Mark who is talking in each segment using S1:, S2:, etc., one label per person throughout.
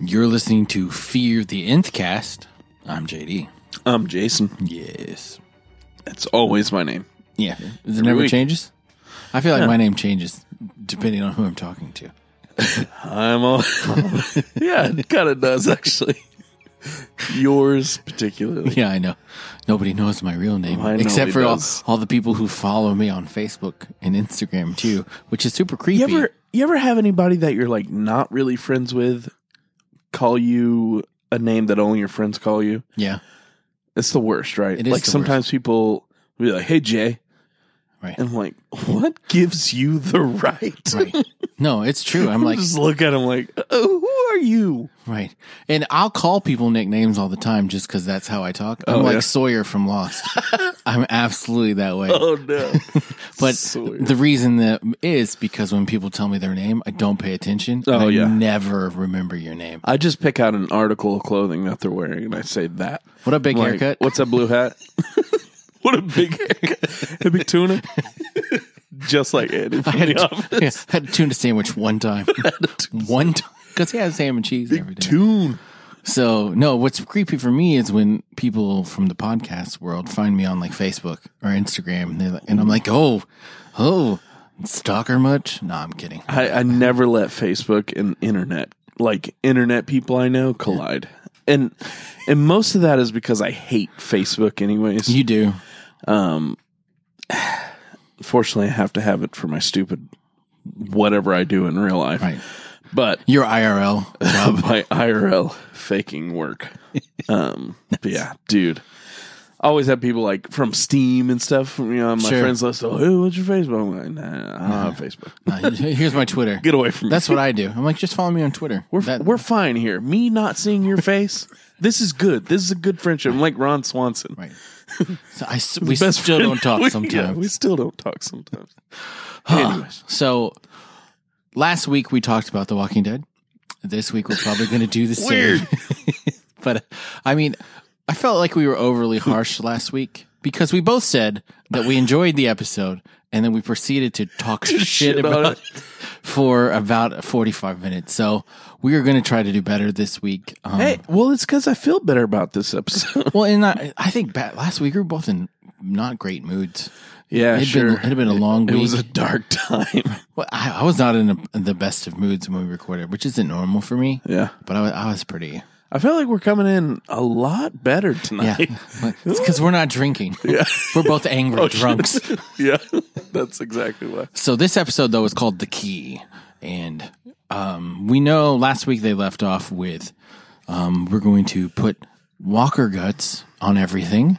S1: You're listening to Fear the Nth Cast. I'm JD.
S2: I'm Um, Jason.
S1: Yes.
S2: That's always my name.
S1: Yeah. Does it never
S2: week.
S1: changes? I feel like my name changes depending on who I'm talking to.
S2: I'm all. yeah, it kind of does actually. Yours particularly.
S1: Yeah, I know. Nobody knows my real name
S2: Mine
S1: except
S2: nobody
S1: for all,
S2: does.
S1: all the people who follow me on Facebook and Instagram too, which is super creepy.
S2: You ever you ever have anybody that you're like not really friends with call you a name that only your friends call you?
S1: yeah.
S2: It's the worst, right?
S1: It is
S2: like
S1: the
S2: sometimes people will be like, "Hey Jay,"
S1: Right.
S2: and I'm like, "What gives you the right?"
S1: Right. No, it's true. I'm like,
S2: just look at him like, "Oh, who are you?"
S1: right. And I'll call people nicknames all the time just because that's how I talk. I'm
S2: Oh,
S1: like
S2: yeah.
S1: Sawyer from Lost. I'm absolutely that way.
S2: Oh no!
S1: But
S2: Sawyer.
S1: the reason that is because when people tell me their name, I don't pay attention. and
S2: Oh,
S1: I
S2: yeah.
S1: never remember your name.
S2: I just pick out an article of clothing that they're wearing and I say that.
S1: What a big
S2: Like,
S1: haircut.
S2: What's that blue hat? what a big haircut. A big tuna. just like Andy
S1: I
S2: from
S1: had,
S2: the
S1: a,
S2: office.
S1: yeah, I had a tuna sandwich one time. one time. Because he has ham and cheese every day.
S2: Tune.
S1: so, no, what's creepy for me is when people from the podcast world find me on like Facebook or Instagram and, they're like, and I'm like, oh, oh, stalker much? No, I'm kidding.
S2: I, I never let Facebook and internet, like internet people I know, collide. And and most of that is because I hate Facebook anyways.
S1: You do.
S2: Fortunately I have to have it for my stupid whatever I do in real life.
S1: Right.
S2: But
S1: Your IRL job.
S2: my IRL faking work. Um, but yeah, dude. I Always have people like from Steam and stuff. You know, on my
S1: Sure.
S2: friends list. Oh, hey, what's your Facebook? I'm like, nah, nah, I don't have Facebook.
S1: Uh, here's my Twitter.
S2: Get away from me.
S1: That's what I do. I'm like, just follow me on Twitter.
S2: we're
S1: That-
S2: we're fine here. Me not seeing your face. This is good. This is a good friendship. I'm like Ron Swanson.
S1: Right. So I s- we
S2: Best
S1: still don't
S2: friend.
S1: talk
S2: We- yeah,
S1: sometimes.
S2: we still don't talk sometimes. Anyways,
S1: So last week we talked about The Walking Dead. This week we're probably going to do the same.
S2: Weird.
S1: but uh, I mean, I felt like we were overly harsh last week because we both said that we enjoyed the episode and then we proceeded to talk shit,
S2: shit on
S1: about
S2: it.
S1: it for about 45 minutes. So we are going to try to do better this week. Um,
S2: hey, well, it's because I feel better about this episode.
S1: Well, and I, I think ba last week we were both in not great moods.
S2: yeah,
S1: It had
S2: sure.
S1: been, it had been a long
S2: it
S1: week.
S2: was a dark time.
S1: Well, I, I was not in, a, in the best of moods when we recorded, which isn't normal for me.
S2: yeah.
S1: But I was, I was pretty.
S2: I feel like we're coming in a lot better
S1: Yeah,
S2: tonight.
S1: But it's because we're not drinking. we're both angry drunks.
S2: Yeah, that's exactly what.
S1: So this episode though is called the key, and um, we know last week they left off with um, we're going to put Walker guts on everything,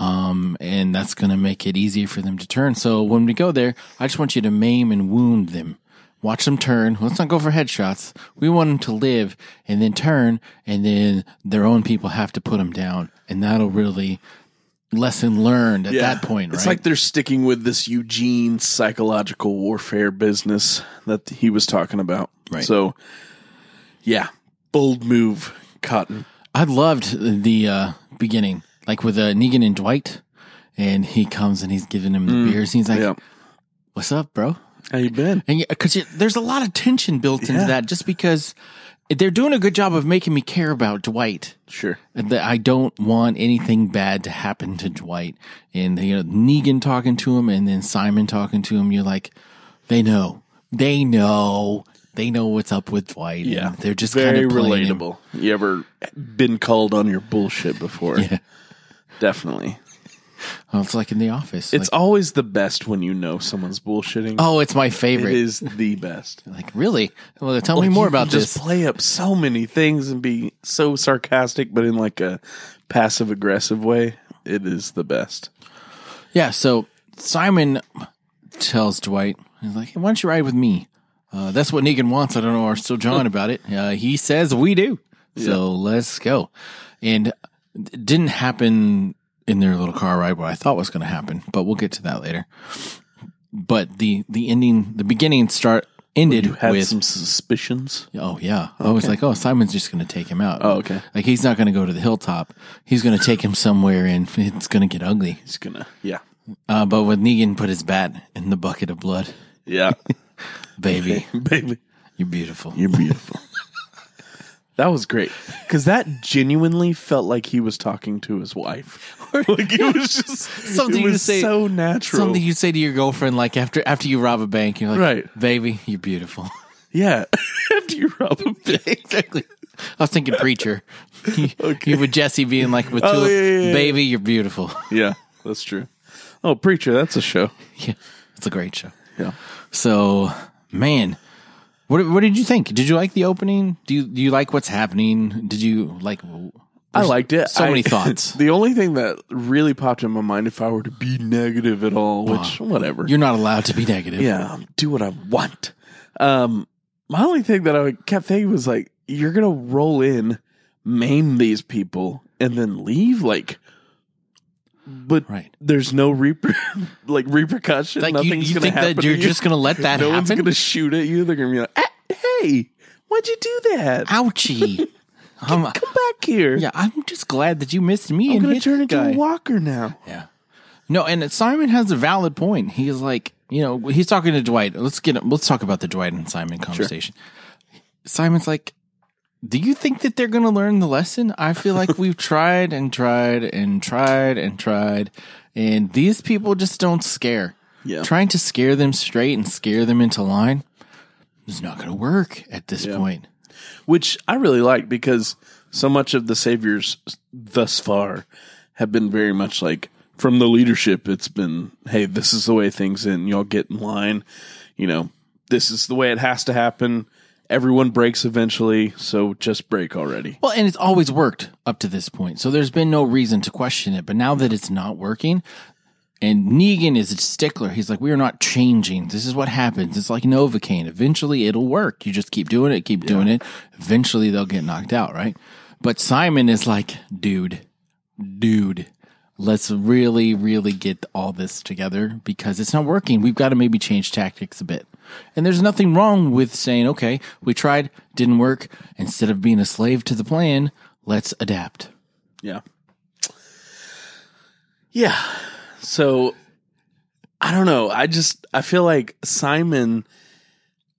S1: um, and that's going to make it easier for them to turn. So when we go there, I just want you to maim and wound them. Watch them turn. Let's not go for headshots. We want them to live and then turn, and then their own people have to put them down, and that'll really lesson learned at that point. Right?
S2: It's like they're sticking with this Eugene psychological warfare business that he was talking about.
S1: Right.
S2: So, yeah, bold move, Cotton.
S1: I loved the uh, beginning, like with uh, Negan and Dwight, and he comes and he's giving him the beers. And he's like,
S2: Mm. Yeah.
S1: "What's up, bro?"
S2: How you been?
S1: And because there's a lot of tension built into
S2: Yeah.
S1: that, just because they're doing a good job of making me care about Dwight.
S2: Sure.
S1: That I don't want anything bad to happen to Dwight, and you know Negan talking to him, and then Simon talking to him. You're like, they know, they know, they know what's up with Dwight.
S2: Yeah.
S1: and they're just
S2: Very
S1: kind of
S2: relatable. You ever been called on your bullshit before?
S1: Yeah.
S2: Definitely.
S1: Oh, it's like in the office.
S2: It's always the best when you know someone's bullshitting.
S1: Oh, it's my
S2: it
S1: favorite.
S2: is the best.
S1: Like, really? Well, tell me more
S2: you
S1: about
S2: can just
S1: this.
S2: play up so many things and be so sarcastic, but in like a passive aggressive way. It is the best.
S1: yeah. So Simon tells Dwight, he's like, hey, why don't you ride with me? Uh, that's what Negan wants. I don't know. We're still John about it. Uh, he says we do. So let's go. And it didn't happen in their little car ride what I thought was going to happen, but we'll get to that later. But the, the ending, the beginning start ended
S2: Had
S1: with
S2: some suspicions.
S1: Oh yeah. I was like, oh, Simon's just going to take him out.
S2: Oh, okay.
S1: Like he's not going to go to the hilltop. He's going to take him somewhere, and it's going to get ugly.
S2: He's gonna, yeah,
S1: Uh, but when Negan put his bat in the bucket of blood,
S2: yeah,
S1: baby,
S2: baby,
S1: you're beautiful.
S2: you're beautiful. That was great because that genuinely felt like he was talking to his wife. like it was just
S1: Something
S2: it
S1: you
S2: was
S1: say-
S2: so natural.
S1: Something you say to your girlfriend, like after after you rob a bank, you're like,
S2: Right.
S1: "Baby, you're beautiful."
S2: yeah, after you rob a bank.
S1: exactly. I was thinking preacher. You, you with Jesse being like with two,
S2: Oh, yeah, yeah, yeah.
S1: "Baby, you're beautiful."
S2: yeah, that's true. Oh, preacher, that's a show.
S1: yeah, it's a great show.
S2: Yeah,
S1: So, man, what what did you think? Did you like the opening? Do you do you like what's happening? Did you like?
S2: I liked it.
S1: So
S2: I-
S1: many thoughts.
S2: the only thing that really popped in my mind, if I were to be negative at all, which whatever,
S1: You're not allowed to be negative.
S2: yeah, do what I want. Um, my only thing that I kept thinking was like, you're gonna roll in, maim these people, and then leave. Like, but
S1: Right.
S2: there's no reper like repercussion.
S1: Like you,
S2: Nothing's
S1: you
S2: gonna
S1: think
S2: happen.
S1: that you're
S2: to you.
S1: just gonna let that
S2: no one's
S1: happen?
S2: gonna shoot at you. They're gonna be like, "Ah, hey, why'd you do that?
S1: Ouchie. I'm,
S2: Come back here.
S1: Ah. yeah, I'm just glad that you missed me
S2: I'm
S1: and
S2: gonna
S1: hit
S2: turn
S1: that
S2: into
S1: guy.
S2: a walker now.
S1: Yeah. No, and Simon has a valid point. He's like, you know, he's talking to Dwight. Let's get let's talk about the Dwight and Simon conversation. Simon's like, "Do you think that they're going to learn the lesson? I feel like we've tried and tried and tried and tried and these people just don't scare.
S2: Yeah.
S1: Trying to scare them straight and scare them into line is not going to work at this point."
S2: which I really like because so much of the saviors thus far have been very much like from the leadership. It's been, hey, this is the way things in. Y'all get in line. You know, this is the way it has to happen. Everyone breaks eventually, so just break already.
S1: Well, and it's always worked up to this point. So there's been no reason to question it. But now that it's not working, and Negan is a stickler. He's like, we are not changing. This is what happens. It's like Novocaine. Eventually it'll work. You just keep doing it, keep doing it. Eventually they'll get knocked out, right? But Simon is like, dude, dude, let's really, really get all this together because it's not working. We've got to maybe change tactics a bit. And there's nothing wrong with saying, okay, we tried, didn't work. Instead of being a slave to the plan, let's adapt.
S2: Yeah. Yeah. So I don't know. I just I feel like Simon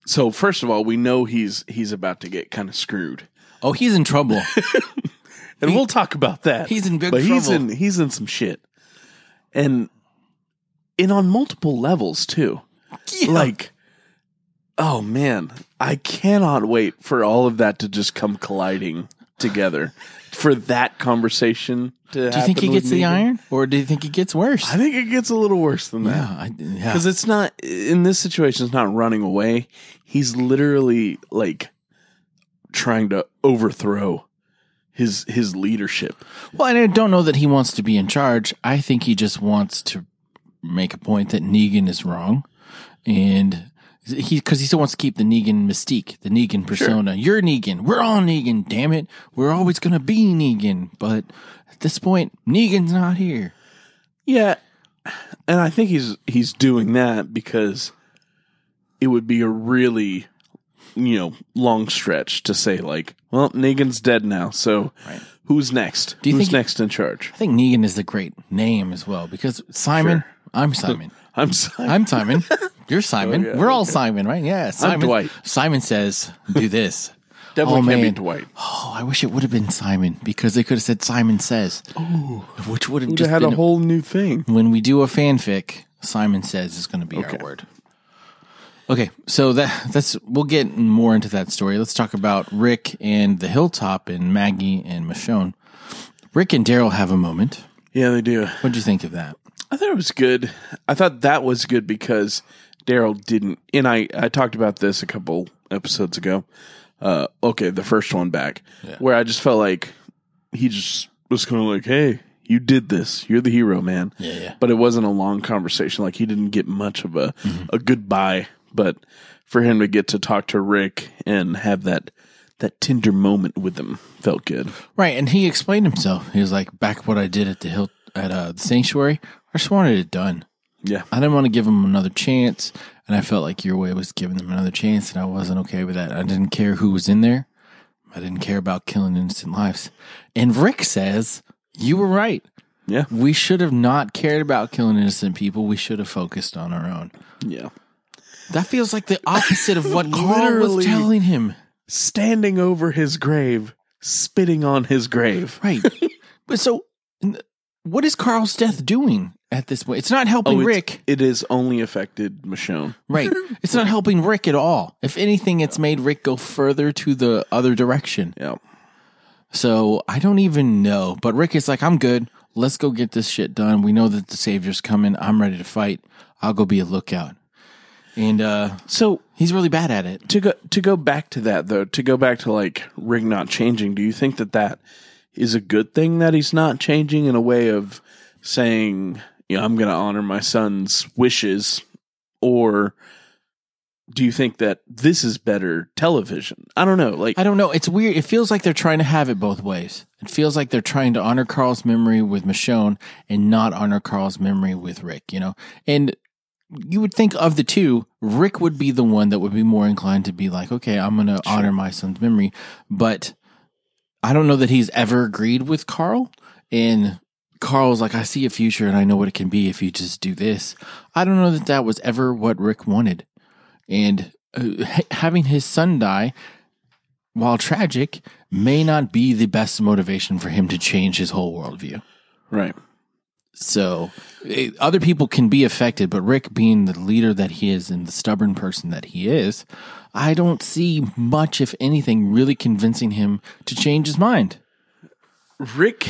S2: so first of all, we know he's he's about to get kind of screwed.
S1: Oh, he's in trouble.
S2: and we'll talk about that.
S1: he's in big
S2: but He's in
S1: trouble.
S2: he's in some shit, and and on multiple levels too. Like, oh man, I cannot wait for all of that to just come colliding together for that conversation to.
S1: do you think he gets the iron or do you think he gets worse?
S2: I think it gets a little worse than that.
S1: Yeah, I, yeah.
S2: Because it's not in this situation. It's not running away. He's literally like trying to overthrow his his leadership.
S1: Well, and I don't know that he wants to be in charge. I think he just wants to make a point that Negan is wrong, and he because he still wants to keep the Negan mystique, the Negan persona. You're Negan. We're all Negan. Damn it, we're always gonna be Negan. But at this point, Negan's not here.
S2: Yeah, and I think he's he's doing that because it would be a really you know long stretch to say like, well, Negan's dead now, so who's next?
S1: you
S2: who's
S1: think-
S2: next in charge?
S1: I think Negan is the great name as well because Simon. I'm Simon.
S2: I'm sorry.
S1: I'm Simon. You're Simon.
S2: Oh, yeah.
S1: We're all Simon, right? Yeah, Simon.
S2: Dwight.
S1: Simon says, "Do this."
S2: definitely
S1: oh,
S2: can't
S1: man.
S2: be Dwight.
S1: Oh, I wish it would have been Simon because they could have said Simon says, which would have
S2: They
S1: just
S2: had
S1: been
S2: a whole new thing.
S1: when we do a fanfic. Simon says is going to be our word. Okay, so that that's we'll get more into that story. Let's talk about Rick and the Hilltop and Maggie and Michonne. Rick and Daryl have a moment.
S2: Yeah, they do.
S1: What would you think of that?
S2: I thought it was good. I thought that was good because Daryl didn't, and I I talked about this a couple episodes ago. Uh, okay, the first one back where I just felt like he just was kind of like, "Hey, you did this. You're the hero, man."
S1: Yeah, yeah.
S2: But it wasn't a long conversation. Like he didn't get much of a
S1: Mm-hmm.
S2: a goodbye. But for him to get to talk to Rick and have that that tender moment with him felt good.
S1: Right, and he explained himself. He was like, "Back what I did at the hill at uh, the sanctuary, I just wanted it done.
S2: Yeah,
S1: I didn't want to give them another chance, and I felt like your way was giving them another chance, and I wasn't okay with that. I didn't care who was in there. I didn't care about killing innocent lives. And Rick says, You were right.
S2: yeah,
S1: We should have not cared about killing innocent people. We should have focused on our own.
S2: yeah.
S1: That feels like the opposite of what Carl was
S2: Literally.
S1: telling him.
S2: standing over his grave, spitting on his grave.
S1: Right. but so, n- what is Carl's death doing at this point? It's not helping
S2: Oh, it's-
S1: Rick.
S2: It is only affected Michonne.
S1: Right. It's not helping Rick at all. If anything, it's made Rick go further to the other direction.
S2: Yeah.
S1: So I don't even know. But Rick is like, I'm good. Let's go get this shit done. We know that the Savior's coming. I'm ready to fight. I'll go be a lookout. And uh,
S2: So
S1: he's really bad at it.
S2: to go to go back to that though, to go back to like Rig not changing, do you think that that is a good thing that he's not changing in a way of saying, you know, I'm going to honor my son's wishes, or do you think that this is better television? I don't know. Like,
S1: I don't know. It's weird. It feels like they're trying to have it both ways. It feels like they're trying to honor Carl's memory with Michonne and not honor Carl's memory with Rick, you know? And you would think of the two, Rick would be the one that would be more inclined to be like, okay, I'm going to honor my son's memory. But I don't know that he's ever agreed with Carl. And Carl's like, I see a future and I know what it can be if you just do this. I don't know that that was ever what Rick wanted. And uh, ha- having his son die while tragic, may not be the best motivation for him to change his whole worldview.
S2: right.
S1: So eh, other people can be affected, but Rick, being the leader that he is and the stubborn person that he is, I don't see much, if anything, really convincing him to change his mind.
S2: Rick,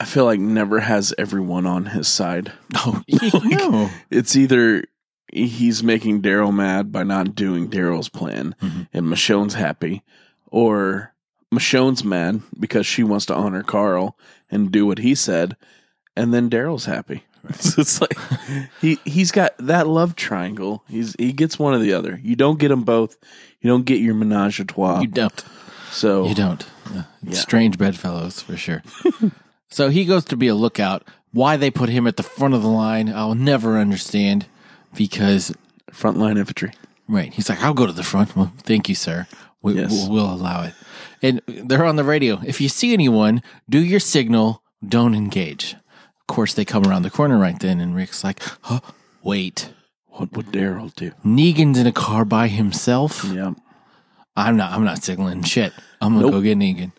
S2: I feel like never has everyone on his side.
S1: Oh, no.
S2: It's either he's making Daryl mad by not doing Daryl's plan
S1: Mhm.
S2: and Michonne's happy, or Michonne's mad because she wants to honor Carl and do what he said, and then Daryl's happy. So it's like he he's got that love triangle. He's he gets one or the other. You don't get them both. You don't get your menage a trois.
S1: You don't.
S2: so
S1: You don't. Yeah. It's
S2: Yeah.
S1: Strange bedfellows for sure. so he goes to be a lookout. Why they put him at the front of the line, I'll never understand because
S2: frontline infantry.
S1: Right. He's like, I'll go to the front. Well, thank you, sir. We,
S2: Yes.
S1: we'll, we'll allow it. And they're on the radio. If you see anyone, do your signal. Don't engage. Of course, they come around the corner right then, and Rick's like, huh, wait.
S2: What would Daryl do?
S1: Hmm. Negan's in a car by himself.
S2: Yeah.
S1: I'm not. I'm not signaling shit. I'm gonna go get Negan.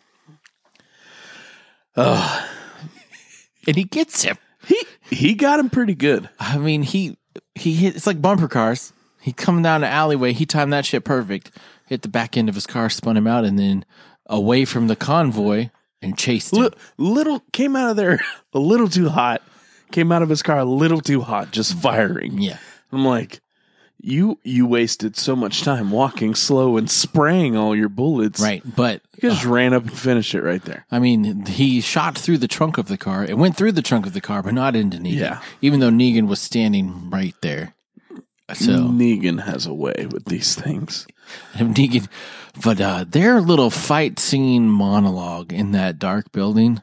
S1: and he gets him.
S2: He he got him pretty good.
S1: I mean, he he hit. It's like bumper cars. He come down an alleyway. He timed that shit perfect. Hit the back end of his car, spun him out, and then away from the convoy and chased him.
S2: Li- little came out of there a little too hot. Came out of his car a little too hot, just firing.
S1: Yeah,
S2: I'm like, you you wasted so much time walking slow and spraying all your bullets.
S1: right. But
S2: You just ran up and finished it right there.
S1: I mean, he shot through the trunk of the car. It went through the trunk of the car, but not into Negan.
S2: Yeah.
S1: Even though Negan was standing right there. So
S2: Negan has a way with these things.
S1: Negan, but uh, their little fight scene monologue in that dark building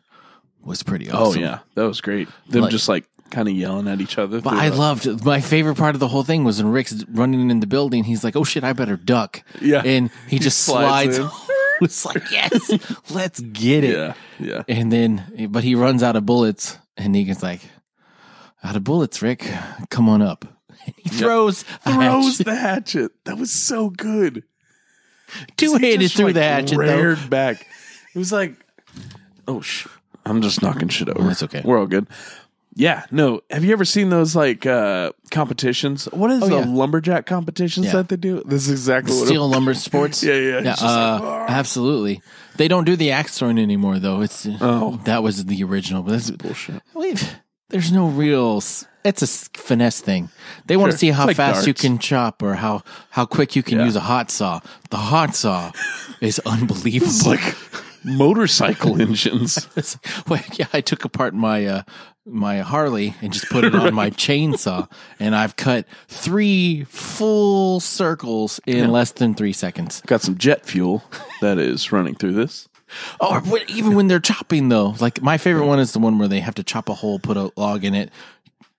S1: was pretty
S2: Oh
S1: awesome.
S2: yeah, that was great. Them
S1: Like-
S2: just like kind of yelling at each other.
S1: But
S2: through
S1: I
S2: the-
S1: loved my favorite part of the whole thing was when Rick's running in the building. He's like, "Oh shit, I better duck."
S2: Yeah.
S1: and he just
S2: slides
S1: slides. it's like, yes, let's get it.
S2: yeah yeah.
S1: And then, but he runs out of bullets, and Negan's like, "Out of bullets, Rick, come on up." And he throws a
S2: Throws
S1: hatchet-
S2: the hatchet. That was so good.
S1: two-handed
S2: Just,
S1: through
S2: like,
S1: the hatchet. Though.
S2: reared back. It was like, oh sh! I'm just knocking shit over.
S1: Oh, that's okay.
S2: We're all good. Yeah. No. Have you ever seen those like uh competitions? What is the
S1: Oh, yeah.
S2: lumberjack competitions
S1: Yeah.
S2: that they do? This is exactly what.
S1: Steel lumber sports.
S2: Yeah, yeah, it's
S1: yeah
S2: just
S1: uh,
S2: like, "Argh."
S1: absolutely. They don't do the axe throwing anymore, though. It's
S2: Oh.
S1: that was the original, but that's
S2: it, bullshit.
S1: We've, there's no real. s- It's a s- finesse thing. They want to
S2: Sure.
S1: see how
S2: It's like
S1: fast you
S2: darts.
S1: can chop or how how quick you can use a hot saw. The hot saw is
S2: It's
S1: unbelievable.
S2: like motorcycle engines.
S1: It's like, well, yeah, I took apart my uh, my Harley and just put it on my chainsaw, and I've cut three full circles in less than three seconds.
S2: Got some jet fuel that is running through this.
S1: Or when, even when they're chopping, though, like my favorite one is the one where they have to chop a hole, put a log in it,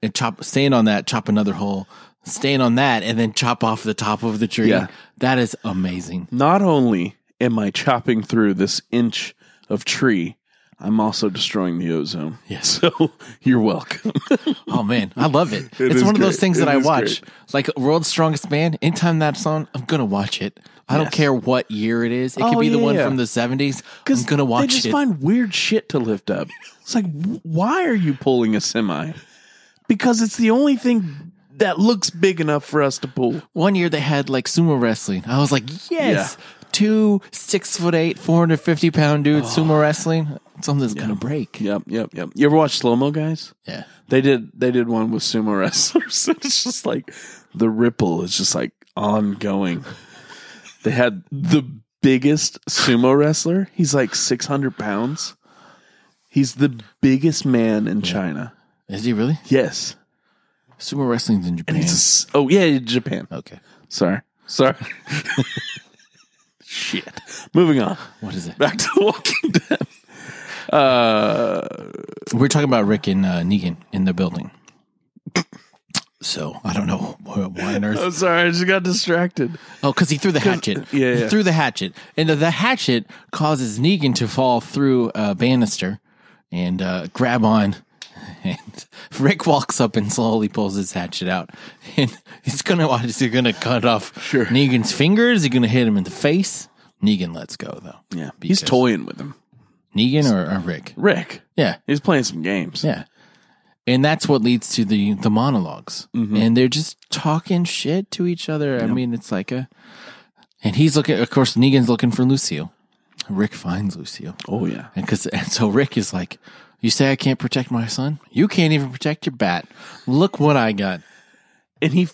S1: and chop. Stand on that, chop another hole, stand on that, and then chop off the top of the tree.
S2: Yeah.
S1: That is amazing.
S2: Not only am I chopping through this inch of tree, I'm also destroying the ozone.
S1: Yes.
S2: So you're welcome.
S1: Oh man, I love it. it's
S2: is
S1: one of those
S2: great.
S1: things that
S2: It
S1: I
S2: is
S1: watch. Like World's Strongest Man, anytime that's on, I'm gonna watch it. I don't
S2: Yes.
S1: care what year it is. It could
S2: Oh,
S1: be the
S2: yeah,
S1: one
S2: yeah.
S1: from the 70s. I'm gonna watch
S2: They just
S1: it.
S2: find weird shit to lift up. It's like, wh- why are you pulling a semi? Because it's the only thing that looks big enough for us to pull.
S1: one year they had like sumo wrestling. I was like, yes, two six foot eight, 450 pound dudes sumo wrestling. Something's gonna break.
S2: Yep, yep, yep. You ever watch slow mo guys?
S1: Yeah.
S2: They did. They did one with sumo wrestlers. it's just like the ripple is just like ongoing. They had the biggest sumo wrestler. He's like six hundred pounds. He's the biggest man in China.
S1: Is he really?
S2: Yes.
S1: Sumo wrestling's in Japan.
S2: He's a s- oh yeah, Japan.
S1: okay.
S2: Sorry. Sorry. Shit. Moving on.
S1: What is it?
S2: Back to Walking Dead. Uh,
S1: We're talking about Rick and uh, Negan in the building. So I don't know wh- why on earth
S2: I'm sorry. I just got distracted.
S1: Oh, because he threw the hatchet.
S2: yeah,
S1: He
S2: yeah.
S1: threw the hatchet, and the, the hatchet causes Negan to fall through a banister and uh, grab on. And Rick walks up and slowly pulls his hatchet out, and he's gonna is he gonna cut off
S2: Sure.
S1: Negan's fingers? He's gonna hit him in the face. Negan lets go though.
S2: Yeah. He's toying with him.
S1: Negan or, or Rick?
S2: Rick.
S1: Yeah,
S2: He's playing some games.
S1: yeah. And that's what leads to the the monologs
S2: Mm-hmm.
S1: And they're just talking shit to each other. I mean, it's like a and he's looking of course Negan's looking for Lucille. Rick finds Lucille.
S2: Oh yeah.
S1: And cuz and so Rick is like, "You say I can't protect my son? You can't even protect your bat. Look what I got."
S2: And he,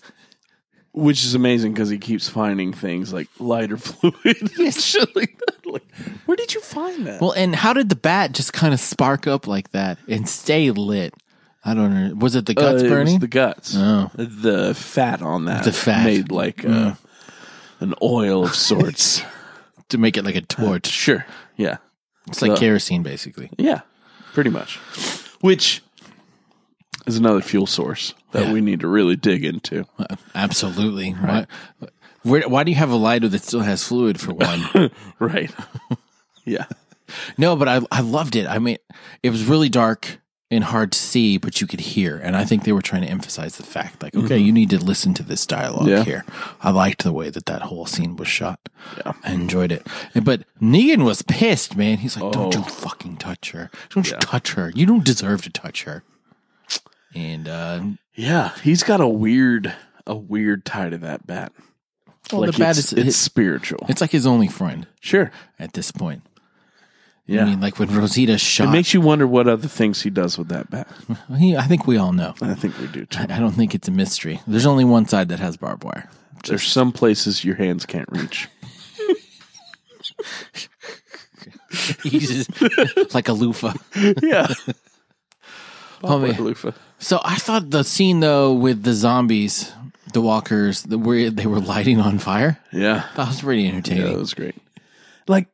S2: which is amazing because he keeps finding things like lighter fluid and shit like that. Like, where did you find that?
S1: Well, and how did the bat just kind of spark up like that and stay lit? I don't know. Was it the
S2: Uh,
S1: guts
S2: it was
S1: burning?
S2: the guts.
S1: Oh.
S2: The fat on that.
S1: The fat.
S2: made like uh, an oil of sorts.
S1: to make it like a torch.
S2: sure. Yeah.
S1: It's like kerosene basically.
S2: Yeah, pretty much. Which is another fuel source that
S1: Yeah.
S2: we need to really dig into.
S1: Absolutely. Why, where, why do you have a lighter that still has fluid for one?
S2: Right. yeah.
S1: no, but I, I loved it. I mean, it was really dark and hard to see, but you could hear. And I think they were trying to emphasize the fact like, okay, you need to listen to this dialogue
S2: Mm-hmm. Yeah.
S1: here. I liked the way that that whole scene was shot. I enjoyed it. And- But Negan was pissed, man. He's like, don't
S2: Oh.
S1: you fucking touch her. Don't you touch her. You don't deserve to touch her. And, uh,
S2: Yeah. He's got a weird a weird tie to that bat.
S1: well,
S2: like
S1: the bad is,
S2: it's, it's
S1: it's,
S2: spiritual.
S1: it's like his only friend
S2: sure.
S1: at this point.
S2: Yeah.
S1: I mean, like when Rosita
S2: it
S1: shot.
S2: makes you wonder what other things he does with that bat.
S1: he, I think we all know.
S2: I think we do too.
S1: I don't think it's a mystery. There's only one side that has barbed wire.
S2: There's some places your hands can't reach.
S1: He uses like a loofah.
S2: yeah.
S1: Oh, man.
S2: Loofah.
S1: So I thought the scene though with the zombies, the walkers, the, where they were lighting on fire,
S2: Yeah.
S1: that was pretty entertaining.
S2: Yeah, that was great. Like,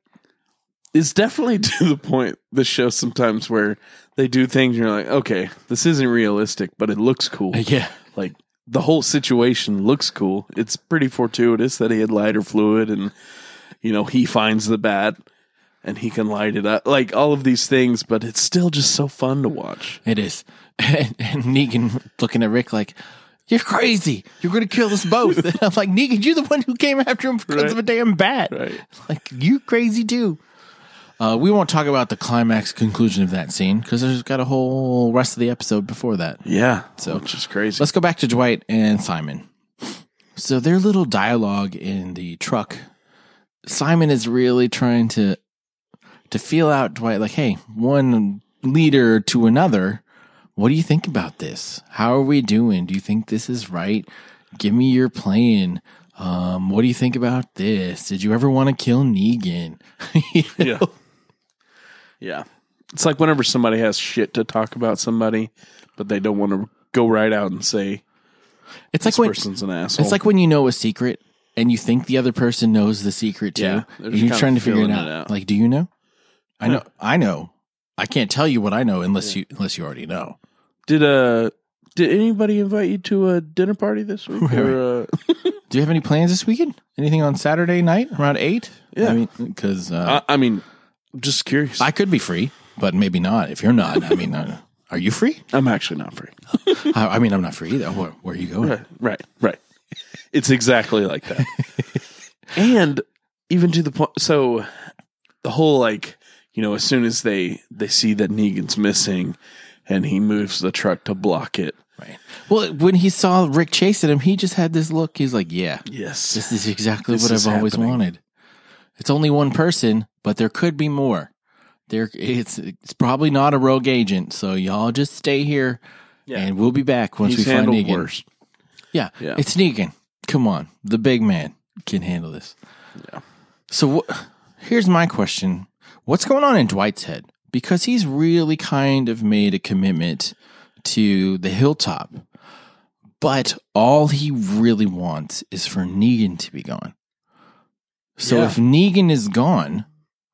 S2: it's definitely to the point, the show sometimes where they do things and you're like, okay, this isn't realistic, but it looks cool.
S1: Uh, yeah.
S2: Like, the whole situation looks cool. It's pretty fortuitous that he had lighter fluid and, you know, he finds the bat and he can light it up. Like, all of these things, but it's still just so fun to watch.
S1: It is. And, and Negan looking at Rick like, you're crazy. You're going to kill us both. And I'm like, Negan, you're the one who came after him because
S2: Right.
S1: of a damn bat.
S2: Right.
S1: Like, you crazy too. Uh, we won't talk about the climax conclusion of that scene because there's got a whole rest of the episode before that.
S2: Yeah.
S1: So-
S2: which is crazy.
S1: Let's go back to Dwight and Simon. So their little dialogue in the truck, Simon is really trying to to feel out Dwight like, hey, one leader to another, what do you think about this? How are we doing? Do you think this is right? Give me your plan. Um, what do you think about this? Did you ever want to kill Negan? You know?
S2: Yeah. Yeah. It's like whenever somebody has shit to talk about somebody, but they don't want to go right out and say
S1: It's
S2: this
S1: like when
S2: person's an asshole.
S1: it's like when you know a secret and you think the other person knows the secret too.
S2: Yeah, they're
S1: and
S2: just
S1: you're
S2: kinda
S1: trying to figure it
S2: feeling
S1: out.
S2: it out.
S1: Like, do you know? I know. I know. I can't tell you what I know unless you unless you already know.
S2: did uh did anybody invite you to a dinner party this week? Or, uh,
S1: Do you have any plans this weekend? Anything on Saturday night around eight?
S2: Yeah.
S1: I mean, because uh,
S2: I, I mean, just curious.
S1: I could be free. but maybe not. If you're not, I mean, uh, are you free?
S2: I'm actually not free.
S1: I, I mean, I'm not free either. Where, where are you going?
S2: Uh, Right, right. It's exactly like that. and even to the point, so the whole like, you know, as soon as they they see that Negan's missing, and he moves the truck to block it.
S1: Right. Well, when he saw Rick chasing him, he just had this look. He's like, yeah,
S2: Yes,
S1: this is exactly
S2: This
S1: what
S2: is
S1: I've always
S2: happening.
S1: wanted. It's only one person, but there could be more. There, it's it's probably not a rogue agent. So y'all just stay here,
S2: Yeah.
S1: and we'll be back once
S2: he's
S1: we find
S2: handled
S1: Negan.
S2: worse.
S1: Yeah,
S2: Yeah.
S1: it's Negan. Come on, the big man can handle this.
S2: Yeah.
S1: So wh- here's my question: What's going on in Dwight's head? Because he's really kind of made a commitment to the hilltop, but all he really wants is for Negan to be gone. So
S2: Yeah.
S1: if Negan is gone,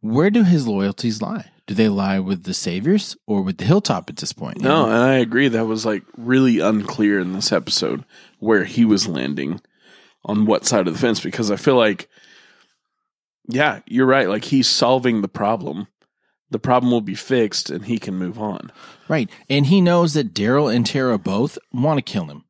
S1: where do his loyalties lie? Do they lie with the saviors or with the hilltop at this point?
S2: No, and I agree. That was like really unclear in this episode where he was landing on what side of the fence because I feel like, yeah, you're right. Like he's solving the problem. The problem will be fixed and he can move on.
S1: Right. And he knows that Daryl and Tara both want to kill him.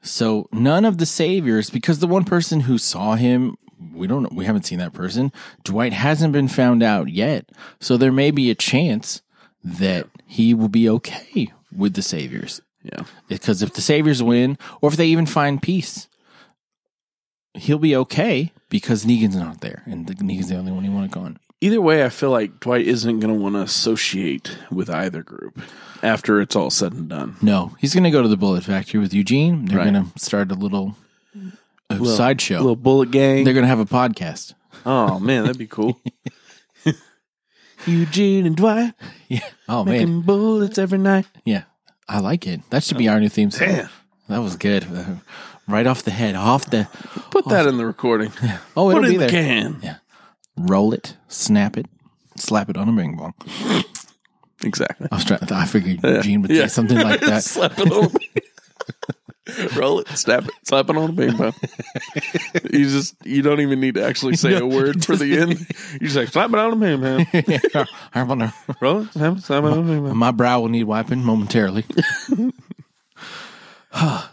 S1: So none of the saviors, because the one person who saw him, we don't know, we haven't seen that person. Dwight hasn't been found out yet. So there may be a chance that he will be okay with the saviors.
S2: Yeah.
S1: Because if the saviors win, or if they even find peace, he'll be okay because Negan's not there. And the- Negan's the only one he wanted gone.
S2: Either way, I feel like Dwight isn't going to want to associate with either group after it's all said and done.
S1: No, he's going to go to the bullet factory with Eugene. They're
S2: Right.
S1: going to start a little, a sideshow.
S2: Little bullet gang.
S1: They're going to have a podcast.
S2: oh, man, that'd be cool. Eugene and Dwight
S1: Yeah. Oh man.
S2: making bullets every night.
S1: Yeah. I like it. That should be our new theme song.
S2: Oh. Damn.
S1: That was good. Right off the head, off the.
S2: Put that in the recording.
S1: Oh, it'll
S2: Put it
S1: be
S2: in
S1: there.
S2: the can.
S1: Roll it, snap it, slap it on a ring bong.
S2: Exactly.
S1: I was trying. I figured Eugene would say something like that.
S2: slap it on. Roll it, snap it, slap it on a bing bong. You just you don't even need to actually say a word for the end. You just like slap it on a bing bong.
S1: Yeah. I wonder-
S2: Roll it, snap it, slap it on a bing bong.
S1: My brow will need wiping momentarily.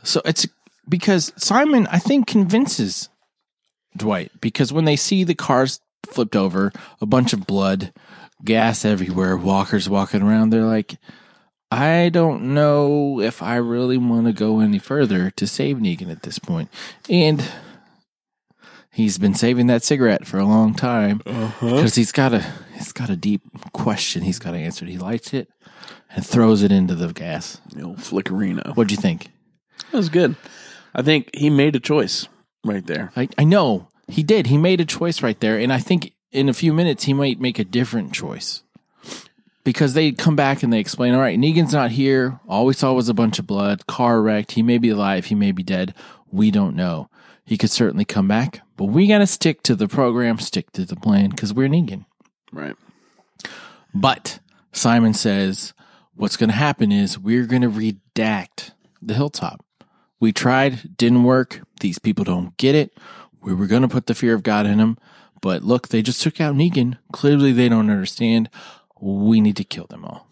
S1: so it's because Simon, I think, convinces Dwight because when they see the cars flipped over, a bunch of blood, gas everywhere, walkers walking around, they're like, I don't know if I really want to go any further to save Negan at this point. And he's been saving that cigarette for a long time because he's got a he's got a deep question he's got to answer. He lights it and throws it into the gas.
S2: The old flickerino.
S1: What'd you think?
S2: That was good. I think he made a choice right there.
S1: I, I know he did. He made a choice right there, and I think in a few minutes he might make a different choice because they come back and they explain. All right, Negan's not here. All we saw was a bunch of blood, car wrecked. He may be alive. He may be dead. We don't know. He could certainly come back, but we got to stick to the program, stick to the plan because we're Negan.
S2: Right.
S1: But Simon says, what's going to happen is we're going to redact the hilltop. We tried, didn't work. These people don't get it. We were going to put the fear of God in them. But look, they just took out Negan. Clearly, they don't understand. We need to kill them all.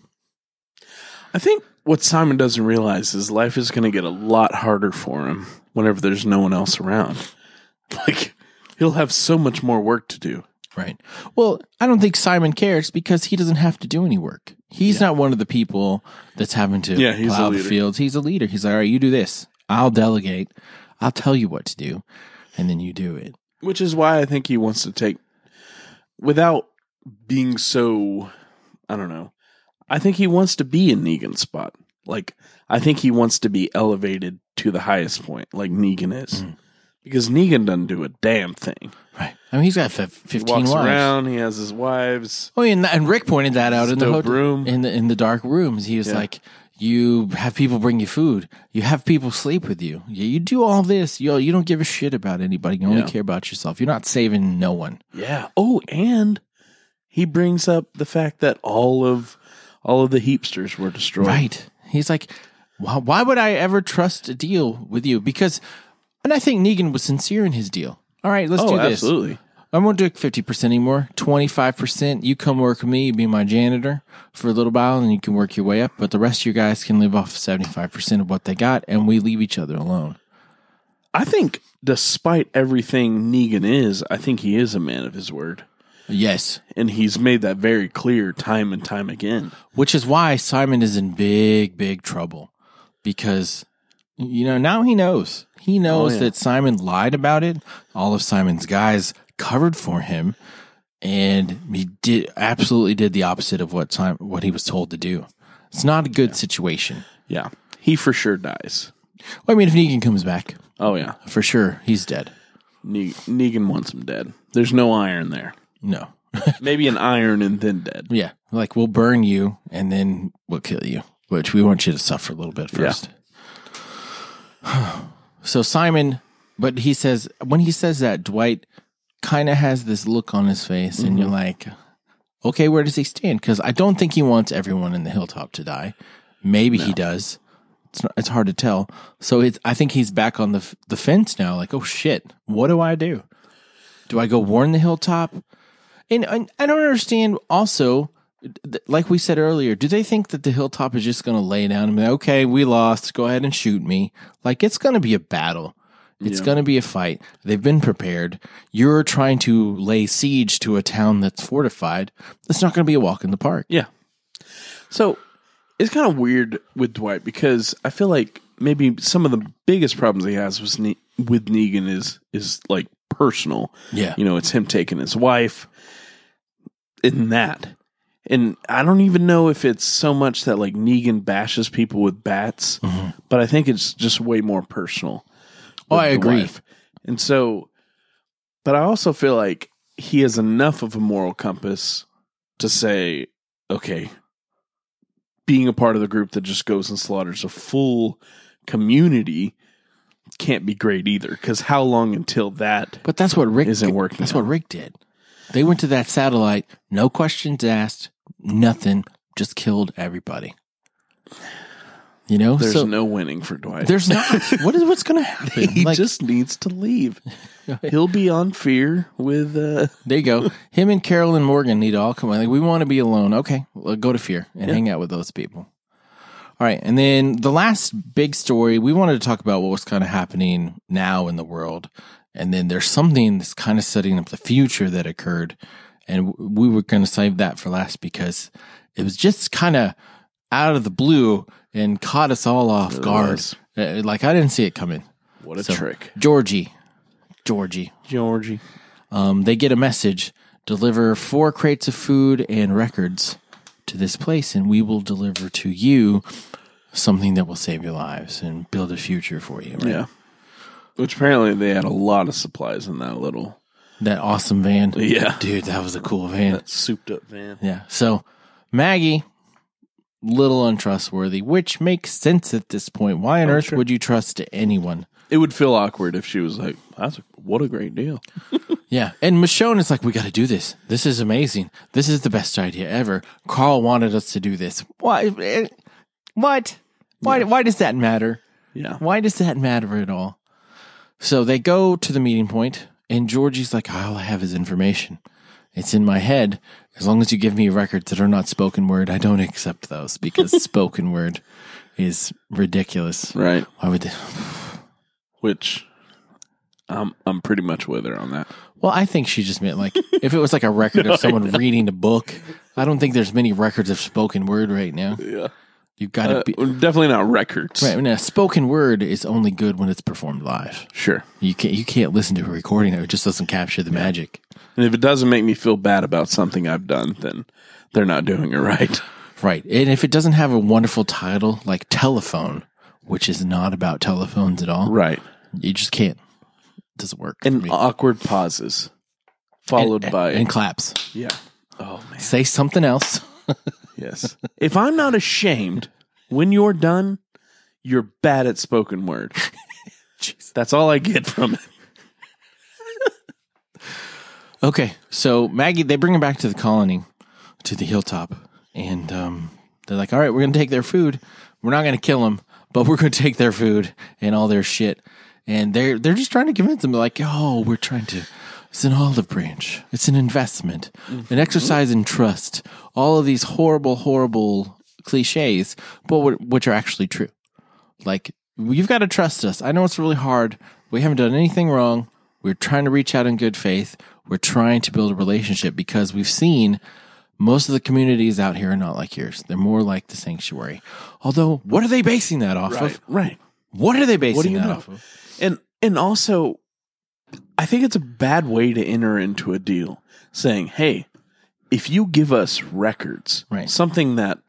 S2: I think what Simon doesn't realize is life is going to get a lot harder for him whenever there's no one else around. Like, he'll have so much more work to do.
S1: Right. Well, I don't think Simon cares because he doesn't have to do any work. He's not one of the people that's having to
S2: Yeah, he's
S1: plow
S2: a
S1: the
S2: leader.
S1: fields. He's a leader. He's like, all right, you do this. I'll delegate. I'll tell you what to do. And then you do it.
S2: Which is why I think he wants to take, without being so, I don't know, I think he wants to be in Negan's spot. Like, I think he wants to be elevated to the highest point, like Negan is.
S1: Mm.
S2: Because Negan doesn't do a damn thing.
S1: Right. I mean, he's got fif-
S2: He
S1: fifteen
S2: walks
S1: wives.
S2: around, he has his wives.
S1: Oh, and, and Rick pointed that out in the
S2: Dope
S1: hotel,
S2: room.
S1: in the in the dark rooms. He was
S2: Yeah.
S1: like, "You have people bring you food. You have people sleep with you. You, you do all this. You you don't give a shit about anybody. You only
S2: Yeah.
S1: care about yourself. You're not saving no one.
S2: Yeah. Oh, and he brings up the fact that all of all of the heapsters were destroyed.
S1: Right. He's like, why, why would I ever trust a deal with you? Because, and I think Negan was sincere in his deal. All right, let's
S2: Oh,
S1: do this.
S2: absolutely.
S1: I won't do 50% anymore. 25%. You come work with me, you be my janitor for a little while, and you can work your way up. But the rest of you guys can live off 75% of what they got, and we leave each other alone.
S2: I think, despite everything Negan is, I think he is a man of his word.
S1: Yes.
S2: And he's made that very clear time and time again.
S1: Which is why Simon is in big, big trouble because, you know, now he knows. He knows
S2: yeah.
S1: that Simon lied about it. All of Simon's guys covered for him. And he did absolutely did the opposite of what time what he was told to do. It's not a good situation.
S2: Yeah. He for sure dies.
S1: Well, I mean, if Negan comes back,
S2: Oh, yeah.
S1: for sure, he's dead.
S2: Ne- Negan wants him dead. There's no iron there.
S1: No.
S2: Maybe an iron and then dead.
S1: Yeah. Like, we'll burn you and then we'll kill you, which we want you to suffer a little bit first. so, Simon, but he says, when he says that, Dwight kind of has this look on his face, and you're like, okay, where does he stand? Because I don't think he wants everyone in the hilltop to die. Maybe he does. It's, not, it's hard to tell. So it's, I think he's back on the f- the fence now. Like, oh shit, what do I do? Do I go warn the hilltop? And, and I don't understand. Also, th- like we said earlier, do they think that the hilltop is just going to lay down and be like, okay, we lost. Go ahead and shoot me. Like it's going to be a battle. It's going to be a fight. They've been prepared. You're trying to lay siege to a town that's fortified. It's not going to be a walk in the park.
S2: Yeah. So it's kind of weird with Dwight because I feel like maybe some of the biggest problems he has was ne- with Negan is is like personal.
S1: Yeah.
S2: You know, it's him taking his wife in that. And I don't even know if it's so much that like Negan bashes people with bats,
S1: Mm-hmm.
S2: but I think it's just way more personal.
S1: Oh,
S2: with
S1: I
S2: the
S1: agree.
S2: wife. And so, but I also feel like he has enough of a moral compass to say, okay, being a part of the group that just goes and slaughters a full community can't be great either. Because how long until that?
S1: But that's what Rick
S2: Isn't working
S1: That's
S2: out.
S1: what Rick did. They went to that satellite, no questions asked, nothing, just killed everybody. You know,
S2: There's
S1: so
S2: no winning for Dwight.
S1: there's not. what is what's going to happen?
S2: he
S1: Like,
S2: just needs to leave. He'll be on fear with. Uh,
S1: There you go. Him and Carol and Morgan need to all come. Like we want to be alone. Okay, well, go to fear and hang out with those people. All right, and then the last big story we wanted to talk about what was kind of happening now in the world, and then there's something that's kind of setting up the future that occurred, and w- we were going to save that for last because it was just kind of out of the blue and caught us all off guard.
S2: was.
S1: Uh, Like I didn't see it coming.
S2: what a
S1: So,
S2: trick,
S1: Georgie, Georgie.
S2: Georgie.
S1: Um, they get a message deliver four crates of food and records to this place, and we will deliver to you something that will save your lives and build a future for you. Right?
S2: Yeah. Which apparently they had a lot of supplies in that little
S1: That awesome van.
S2: Yeah.
S1: Dude, that was a cool van.
S2: souped up van.
S1: Yeah. So Maggie, little untrustworthy, which makes sense at this point. Why on earth
S2: Oh, sure.
S1: would you trust anyone?
S2: It would feel awkward if she was like, "That's a, what a great deal."
S1: Yeah. And Michonne is like, we got to do this. This is amazing. This is the best idea ever. Carl wanted us to do this. Why? eh, What? Why, why does that matter?
S2: Yeah.
S1: Why does that matter at all? So they go to the meeting point, and Georgie's like, all I have is information. It's in my head. As long as you give me records that are not spoken word, I don't accept those because spoken word is ridiculous.
S2: Right.
S1: Why would they?
S2: Which I'm I'm pretty much with her on that.
S1: Well, I think she just meant like if it was like a record of someone reading a book. I don't think there's many records of spoken word right now.
S2: Yeah. Uh,
S1: You've got to be
S2: Definitely not records.
S1: right. Now, spoken word is only good when it's performed live.
S2: Sure.
S1: You can't you can't listen to a recording; it just doesn't capture the magic.
S2: And if it doesn't make me feel bad about something I've done, then they're not doing it right.
S1: Right, and if it doesn't have a wonderful title like telephone, which is not about telephones at all,
S2: Right.
S1: you just can't. It doesn't work. for
S2: And
S1: me.
S2: awkward pauses followed by
S1: and claps.
S2: yeah. Oh man.
S1: Say something else.
S2: Yes. if I'm not ashamed when you're done, you're bad at spoken word. That's all I get from it.
S1: Okay, so Maggie, they bring her back to the colony, to the hilltop, and um, they're like, "All right, we're gonna take their food. We're not gonna kill them, but we're gonna take their food and all their shit." And they're they're just trying to convince them, like, "Oh, we're trying to It's an olive branch. It's an investment, an exercise in trust. All of these horrible, horrible cliches, but wh- which are actually true. Like, you've got to trust us. I know it's really hard. We haven't done anything wrong. We're trying to reach out in good faith. We're trying to build a relationship because we've seen most of the communities out here are not like yours. They're more like the sanctuary. Although, what are they basing that off of?
S2: Right.
S1: What are they basing
S2: What do you
S1: that
S2: know?
S1: off of?
S2: And and also I think it's a bad way to enter into a deal saying, "Hey, if you give us records,
S1: Right.
S2: something that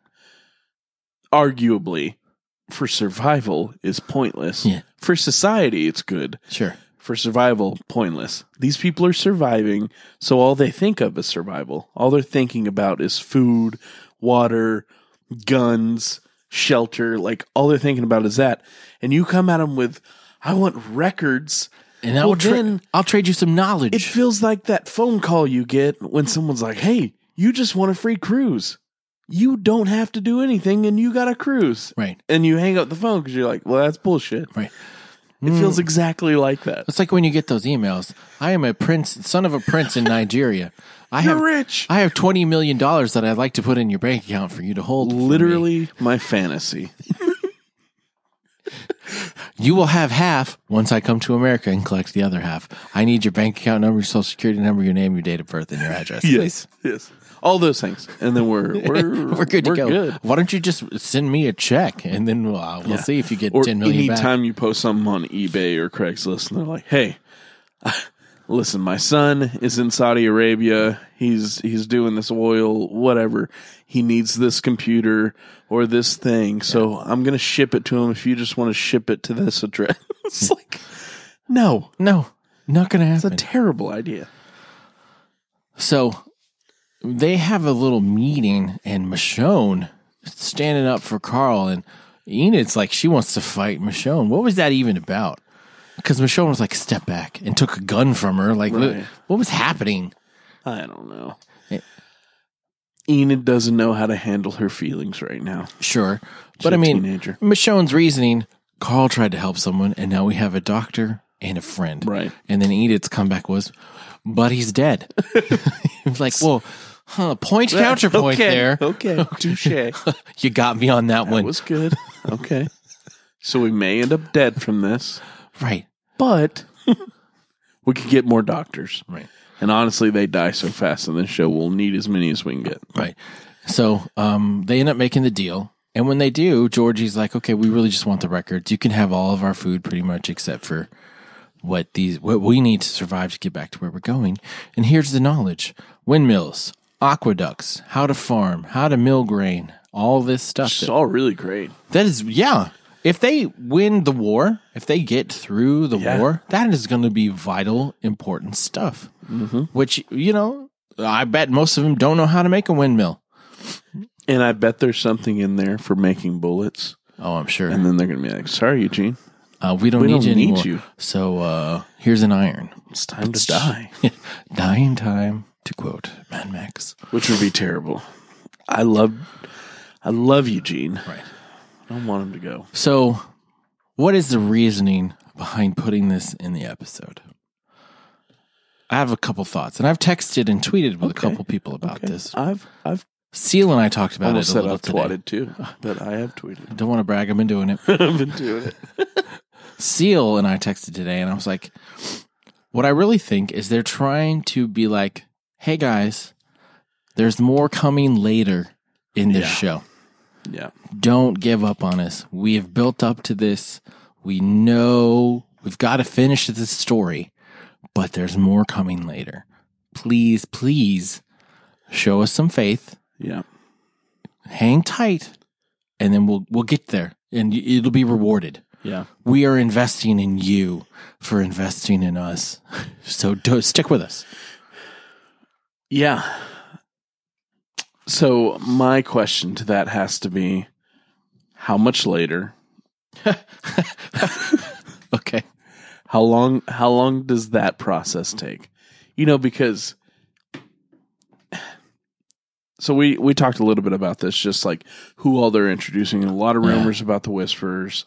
S2: arguably for survival is pointless.
S1: Yeah.
S2: For society it's good.
S1: Sure.
S2: For survival, pointless. These people are surviving, so all they think of is survival. All they're thinking about is food, water, guns, shelter. Like, all they're thinking about is that. And you come at them with, I want records.
S1: And I
S2: Well,
S1: will tra-
S2: then-
S1: I'll trade you some knowledge.
S2: It feels like that phone call you get when someone's like, hey, you just want a free cruise. You don't have to do anything and you got a cruise.
S1: right.
S2: And you hang up the phone because you're like, well, that's bullshit.
S1: Right. Mm.
S2: It feels exactly like that.
S1: It's like when you get those emails. I am a prince, son of a prince in Nigeria. I
S2: You're
S1: have
S2: rich.
S1: I have twenty million dollars that I'd like to put in your bank account for you to hold. for me.
S2: Literally my fantasy.
S1: you will have half once I come to America and collect the other half. I need your bank account number, your social security number, your name, your date of birth, and your address. please.
S2: Yes. All those things. And then we're we're,
S1: We're good to go. Why don't you just send me a check and then we'll, uh, we'll see if you get
S2: Or
S1: ten million back.
S2: anytime you post something on eBay or Craigslist and they're like, "Hey, listen, my son is in Saudi Arabia. He's he's doing this oil whatever. He needs this computer or this thing. So I'm going to ship it to him if you just want to ship it to this address." it's like no.
S1: No, not going to
S2: It's a
S1: happen.
S2: terrible idea.
S1: So they have a little meeting, and Michonne standing up for Carl, and Enid's like she wants to fight Michonne. What was that even about? Because Michonne was like, step back and took a gun from her. Like, what-
S2: Right.
S1: what was happening?
S2: I don't know.
S1: It-
S2: Enid doesn't know how to handle her feelings right now.
S1: Sure.
S2: a
S1: But I mean,
S2: teenager.
S1: Michonne's reasoning Carl tried to help someone, and now we have a doctor and a friend.
S2: Right.
S1: And then Edith's comeback was, but he's dead. like, whoa, huh, point counterpoint
S2: Okay,
S1: there.
S2: Okay, touche.
S1: You got me on that, one.
S2: was good. Okay. So we may end up dead from this,
S1: right.
S2: but we could get more doctors.
S1: Right.
S2: And honestly, they die so fast in this show. We'll need as many as we can get.
S1: Right. So um, they end up making the deal. And when they do, Georgie's like, okay, we really just want the records. You can have all of our food pretty much except for what these what we need to survive to get back to where we're going. And here's the knowledge. Windmills, aqueducts, how to farm, how to mill grain, all this stuff.
S2: It's all really great.
S1: That is yeah. If they win the war, if they get through the
S2: Yeah.
S1: war, that is going to be vital, important stuff. Which you know, I bet most of them don't know how to make a windmill.
S2: And I bet there's something in there for making bullets.
S1: Oh, I'm sure.
S2: And then they're going to be like, sorry, Eugene,
S1: Uh, we don't
S2: We
S1: need
S2: don't
S1: you
S2: need
S1: anymore.
S2: you.
S1: So uh, here's an iron.
S2: it's time to die,
S1: Dying time, to quote Mad Max.
S2: which would be terrible. I love, I love Eugene.
S1: Right.
S2: I don't want him to go.
S1: So, what is the reasoning behind putting this in the episode? I have a couple thoughts, and I've texted and tweeted with a
S2: Okay.
S1: couple people about this.
S2: I've, I've
S1: Seal and I talked about
S2: almost
S1: it a
S2: said
S1: little
S2: I've
S1: today.
S2: twatted too, but I have tweeted.
S1: Don't want to brag. I've been doing it.
S2: I've been doing it.
S1: Seal and I texted today, and I was like, what I really think is they're trying to be like, hey guys, there's more coming later in this
S2: Yeah.
S1: show.
S2: Yeah.
S1: Don't give up on us. We have built up to this. We know we've got to finish this story, but there's more coming later. Please, please show us some faith.
S2: Yeah.
S1: Hang tight, and then we'll we'll get there, and y- it'll be rewarded
S2: Yeah.
S1: we are investing in you for investing in us. So do, stick with us.
S2: Yeah. So my question to that has to be how much later?
S1: Okay.
S2: How long how long does that process take? You know because so we we talked a little bit about this just like who all they're introducing and a lot of
S1: Yeah.
S2: rumors about the whisperers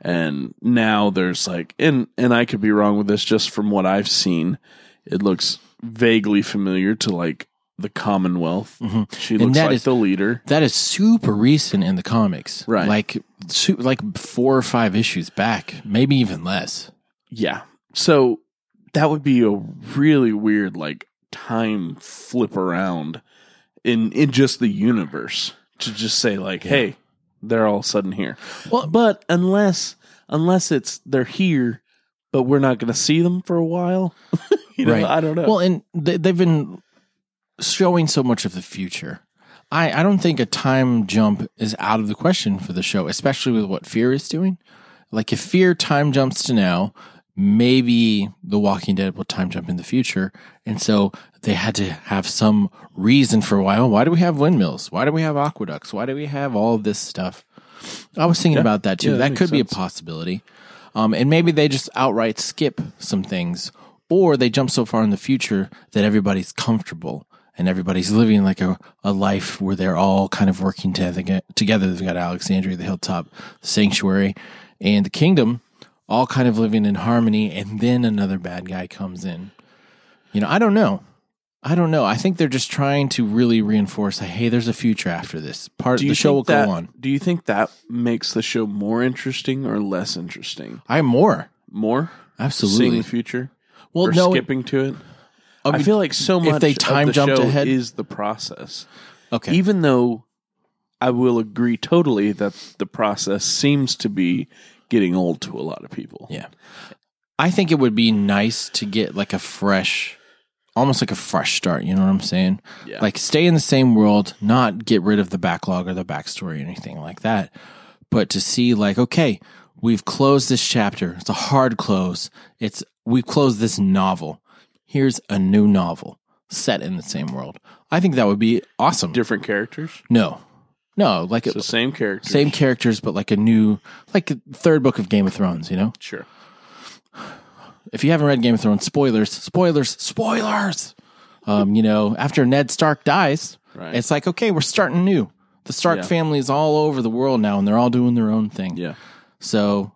S2: and now there's like and and I could be wrong with this just from what I've seen It looks vaguely familiar to like the Commonwealth. She
S1: Mm-hmm. And
S2: looks
S1: that
S2: like
S1: is-
S2: the leader.
S1: That is super recent in the comics,
S2: Right.
S1: Like, su- like four or five issues back, maybe even less.
S2: Yeah. So that would be a really weird like time flip around in in just the universe to just say like, hey, they're all of a sudden here.
S1: Well-
S2: but unless unless it's they're here, but we're not going to see them for a while. you know,
S1: Right.
S2: I don't know.
S1: Well, and they, they've been showing so much of the future. I, I don't think a time jump is out of the question for the show, especially with what Fear is doing. Like, if Fear time jumps to now, maybe The Walking Dead will time jump in the future. And so they had to have some reason for why. Oh, why do we have windmills? Why do we have aqueducts? Why do we have all of this stuff? I was thinking about that too.
S2: Yeah, that
S1: that
S2: makes
S1: could be a
S2: sense.
S1: possibility. Um, and maybe they just outright skip some things, or they jump so far in the future that everybody's comfortable and everybody's living like a, a life where they're all kind of working to- together. They've got Alexandria, the hilltop, the sanctuary, and the kingdom all kind of living in harmony. And then another bad guy comes in. You know, I don't know. I don't know. I think they're just trying to really reinforce, like, hey, there's a future after this. Part
S2: Do you
S1: the show
S2: think
S1: will
S2: that-
S1: go on.
S2: Do you think that makes the show more interesting or less interesting?
S1: I more.
S2: More seeing
S1: Absolutely.
S2: the future
S1: Well,
S2: or
S1: no,
S2: skipping to it. I,
S1: mean,
S2: feel like so much
S1: they
S2: of
S1: time
S2: the
S1: jumped
S2: show
S1: ahead-
S2: is the process.
S1: okay.
S2: Even though I will agree totally that the process seems to be getting old to a lot of people.
S1: Yeah. I think it would be nice to get like a fresh, almost like a fresh start. You know what I'm saying?
S2: Yeah.
S1: Like stay in the same world, not get rid of the backlog or the backstory or anything like that, but to see like, okay, we've closed this chapter. It's a hard close. It's, we've closed this novel. Here's a new novel set in the same world. I think that would be awesome.
S2: Different characters,
S1: No, no, like
S2: so same characters,
S1: same characters, but like a new, like a third book of Game of Thrones, you know?
S2: Sure.
S1: if you haven't read Game of Thrones, spoilers, spoilers, spoilers. Um, you know, after Ned Stark dies,
S2: Right.
S1: it's like okay, we're starting new. The Stark
S2: Yeah.
S1: family is all over the world now, and they're all doing their own thing.
S2: Yeah.
S1: So,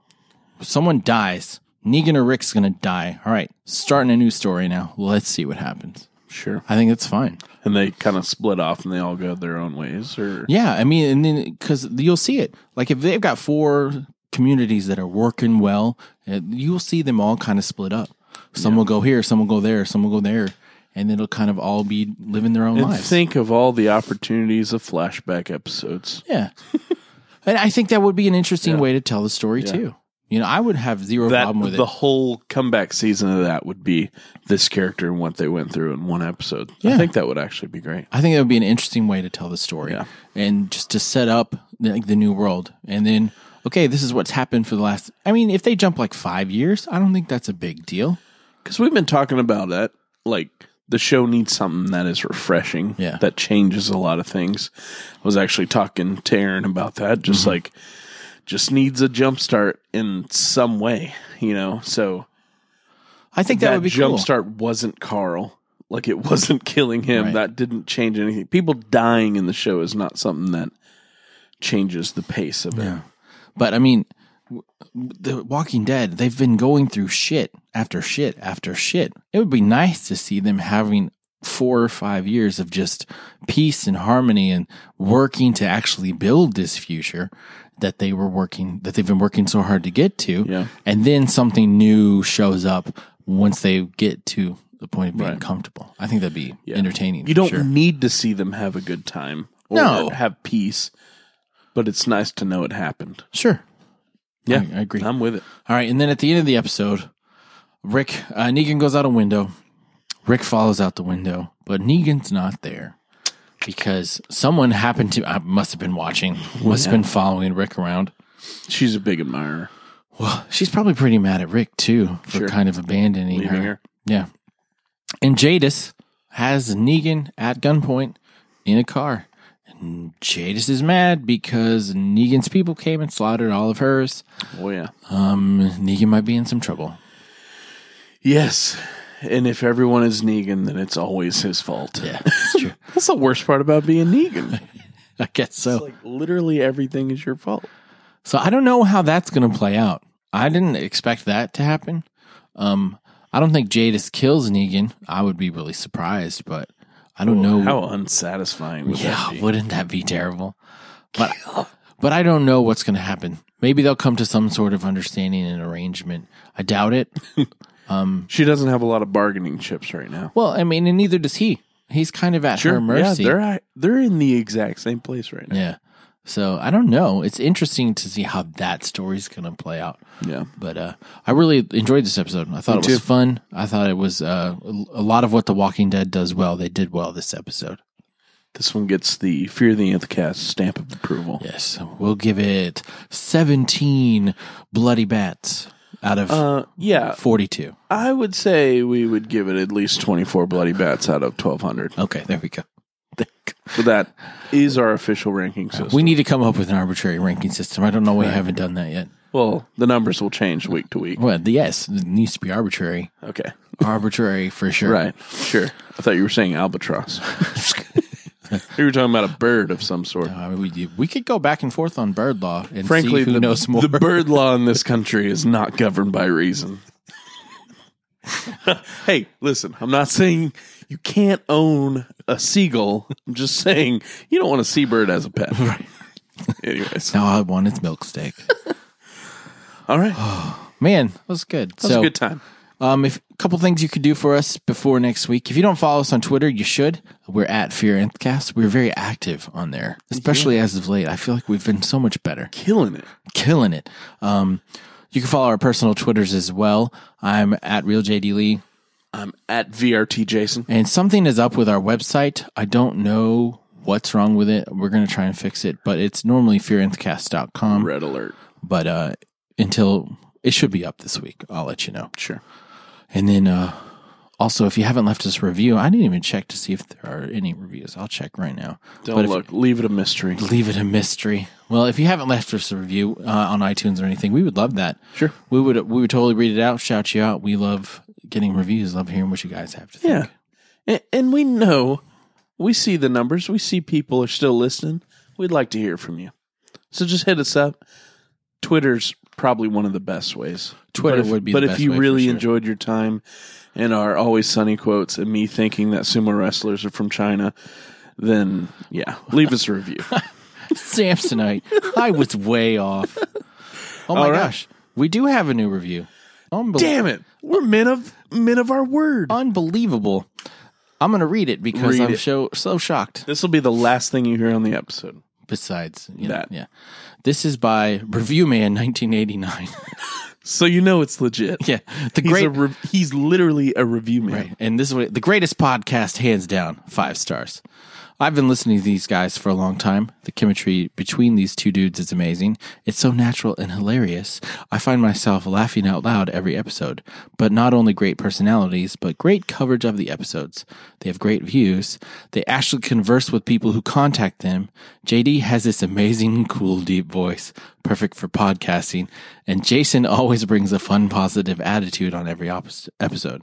S1: if someone dies. Negan or Rick's gonna die. All right, starting a new story now. Let's see what happens.
S2: Sure.
S1: I think that's fine.
S2: And they kind of split off and they all go their own ways or
S1: Yeah, I mean, and then because you'll see it. Like if they've got four communities that are working well, uh, you'll see them all kind of split up. Some will go here, some will go there, some will go there, and it'll kind of all be living their own
S2: And
S1: lives.
S2: think of all the opportunities of flashback episodes.
S1: yeah, and I think that would be an interesting way to tell the story too. You know, I would have zero
S2: That
S1: problem with
S2: the
S1: it.
S2: whole comeback season of that would be this character and what they went through in one episode.
S1: Yeah.
S2: I think that would actually be great.
S1: I think that would be an interesting way to tell the story
S2: Yeah.
S1: and just to set up like the new world. And then, okay, this is what's happened for the last. I mean, if they jump like five years, I don't think that's a big deal.
S2: Because we've been talking about that. Like the show needs something that is refreshing.
S1: Yeah.
S2: That changes a lot of things. I was actually talking to Aaron about that. Just
S1: Mm-hmm.
S2: like just needs a jump start in some way, you know. So
S1: I think that, would be
S2: jump
S1: cool.
S2: start wasn't Carl. Like it wasn't killing him.
S1: Right.
S2: That didn't change anything. People dying in the show is not something that changes the pace of it.
S1: But I mean, w- The Walking Dead, they've been going through shit after shit after shit. It would be nice to see them having four or five years of just peace and harmony and working to actually build this future that they were working, that they've been working so hard to get to.
S2: Yeah.
S1: And then something new shows up once they get to the point of being
S2: Right.
S1: comfortable. I think that'd be entertaining.
S2: You
S1: for
S2: don't
S1: sure.
S2: need to see them have a good time or
S1: No.
S2: have peace, but it's nice to know it happened.
S1: Sure.
S2: Yeah,
S1: I, I agree.
S2: I'm with it.
S1: All right, and then at the end of the episode, Rick uh, Negan goes out a window. Rick follows out the window, but Negan's not there because someone happened to I must have been watching, must have been following Rick around.
S2: She's a big admirer.
S1: Well, she's probably pretty mad at Rick too for
S2: Sure.
S1: kind of abandoning
S2: Leaving
S1: her.
S2: her.
S1: Yeah, and Jadis has Negan at gunpoint in a car. And Jadis is mad because Negan's people came and slaughtered all of hers.
S2: Oh yeah.
S1: Um, Negan might be in some trouble.
S2: Yes. And if everyone is Negan, then it's always his fault.
S1: Yeah, that's true.
S2: That's the worst part about being Negan.
S1: I guess so.
S2: It's like literally everything is your fault.
S1: So I don't know how that's going to play out. I didn't expect that to happen. Um, I don't think Jadis kills Negan. I would be really surprised, but I don't know.
S2: How unsatisfying would
S1: yeah,
S2: that be?
S1: wouldn't that be terrible? But but I don't know what's going to happen. Maybe they'll come to some sort of understanding and arrangement. I doubt it.
S2: She doesn't have a lot of bargaining chips right now.
S1: Well, I mean, and neither does he. He's kind of at her mercy.
S2: Yeah, they're at- they're in the exact same place right now.
S1: Yeah. So I don't know. It's interesting to see how that story's going to play out.
S2: Yeah.
S1: But uh, I really enjoyed this episode. I thought
S2: Me
S1: it was
S2: too.
S1: fun. I thought it was uh, a lot of what The Walking Dead does well. They did well this episode.
S2: This one gets the Fear the Nth Cast stamp of approval.
S1: Yes. We'll give it 17 bloody bats out of
S2: Uh, yeah,
S1: 42.
S2: I would say we would give it at least 24 bloody bats out of 1200.
S1: Okay, there we go.
S2: But that is our official ranking system.
S1: We need to come up with an arbitrary ranking system. I don't know why we haven't done that yet.
S2: well, the numbers will change week to week.
S1: Well, the- yes, it needs to be arbitrary.
S2: Okay.
S1: arbitrary for sure.
S2: Right. Sure. I thought you were saying albatross. you were talking about a bird of some sort.
S1: I mean, we, we could go back and forth on bird law and
S2: Frankly,
S1: Uh, see who
S2: the,
S1: knows more.
S2: the bird law in this country is not governed by reason. hey, listen, I'm not saying you can't own a seagull. I'm just saying you don't want a seabird as a pet. Right. Anyways.
S1: now I want its milk steak.
S2: All right. That
S1: Man, that was good.
S2: was
S1: so,
S2: a good time.
S1: um, if a couple things you could do for us before next week. If you don't follow us on Twitter, you should. We're at Fear Nth Cast. We're very active on there, especially as of late. I feel like we've been so much better.
S2: Killing it.
S1: killing it. Um, you can follow our personal Twitters as well. I'm at RealJD Lee.
S2: I'm at VRT Jason.
S1: And something is up with our website. I don't know what's wrong with it. We're going to try and fix it, but it's normally fearinthcast.com.
S2: Red alert.
S1: But uh, until it should be up this week, I'll let you know.
S2: Sure.
S1: And then uh, also, if you haven't left us a review, I didn't even check to see if there are any reviews. I'll check right now.
S2: Don't
S1: But if-
S2: look. leave it a mystery.
S1: leave it a mystery. Well, if you haven't left us a review uh, on iTunes or anything, we would love that.
S2: Sure.
S1: we would we would totally read it out, shout you out. We love getting reviews, love hearing what you guys have to think.
S2: Yeah. And, and we know, we see the numbers, we see people are still listening. We'd like to hear from you. So just hit us up. Twitter's probably one of the best ways.
S1: Twitter
S2: But if-
S1: would be
S2: But
S1: the
S2: if
S1: best
S2: you
S1: way for
S2: really
S1: sure.
S2: enjoyed your time and our always sunny quotes and me thinking that sumo wrestlers are from China, then yeah, leave us a review.
S1: Samsonite, I was way off. Oh my
S2: All right.
S1: gosh, we do have a new review. Unbel-
S2: Damn it, we're men of men of our word.
S1: unbelievable! I'm gonna read it because
S2: Read
S1: I'm
S2: it.
S1: so so shocked.
S2: This will be the last thing you hear on the episode.
S1: Besides, you know,
S2: That.
S1: yeah, this is by Review Man 1989.
S2: So you know it's legit.
S1: yeah, the
S2: He's,
S1: great
S2: a re- he's literally a review man.
S1: Right. And this is what, the greatest podcast, hands down, five stars. I've been listening to these guys for a long time. The chemistry between these two dudes is amazing. It's so natural and hilarious. I find myself laughing out loud every episode. But not only great personalities, but great coverage of the episodes. They have great views. They actually converse with people who contact them. JD has this amazing, cool, deep voice, perfect for podcasting. And Jason always brings a fun, positive attitude on every op- episode.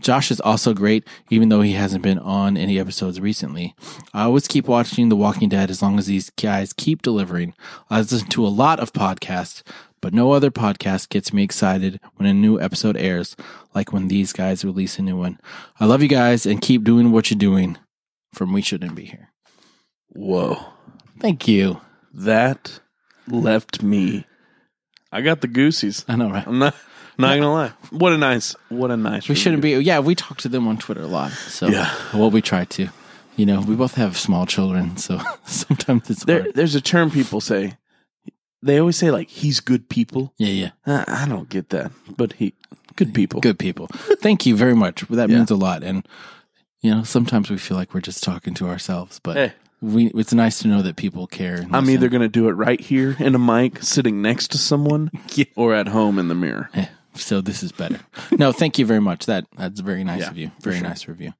S1: Josh is also great, even though he hasn't been on any episodes recently. I always keep watching The Walking Dead as long as these guys keep delivering. I listen to a lot of podcasts, but no other podcast gets me excited when a new episode airs, like when these guys release a new one. I love you guys and keep doing what you're doing from We Shouldn't Be Here.
S2: Whoa.
S1: Thank you.
S2: that left me. I got the goosies.
S1: I know, right?
S2: I'm not not gonna lie. What a nice, what a nice.
S1: We shouldn't be. Yeah, we talk to them on Twitter a lot. So,
S2: Yeah.
S1: well, we try to. You know, we both have small children, so sometimes it's
S2: There,
S1: hard.
S2: there's a term people say. They always say like he's good people.
S1: Yeah, yeah.
S2: Uh, I don't get that, but he good people.
S1: Good people. Thank you very much. That
S2: Yeah.
S1: means a lot. And you know, sometimes we feel like we're just talking to ourselves, but
S2: Hey.
S1: we it's nice to know that people care. and
S2: I'm
S1: listen.
S2: either gonna do it right here in a mic, sitting next to someone, or at home in the mirror.
S1: Eh, so this is better. no, thank you very much. That that's very nice
S2: Yeah,
S1: of you.
S2: for
S1: Very nice review.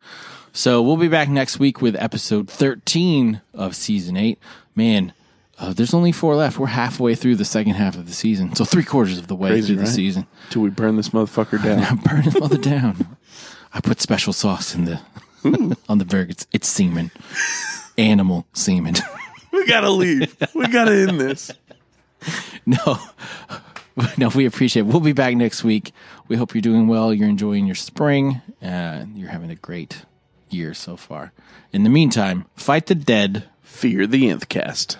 S1: So we'll be back next week with episode thirteen of season eight. Man, uh, there's only four left. We're halfway through the second half of the season, so three quarters of the way
S2: Crazy,
S1: through the
S2: right?
S1: season.
S2: Till we burn this motherfucker down.
S1: I'm burning mother down. I put special sauce in the on the burger. It's, it's semen, animal semen.
S2: we gotta leave. we gotta end this.
S1: no, no, we appreciate it. We'll be back next week. We hope you're doing well. You're enjoying your spring. Uh, you're having a great year so far. In the meantime, fight the dead.
S2: Fear the Nth Cast.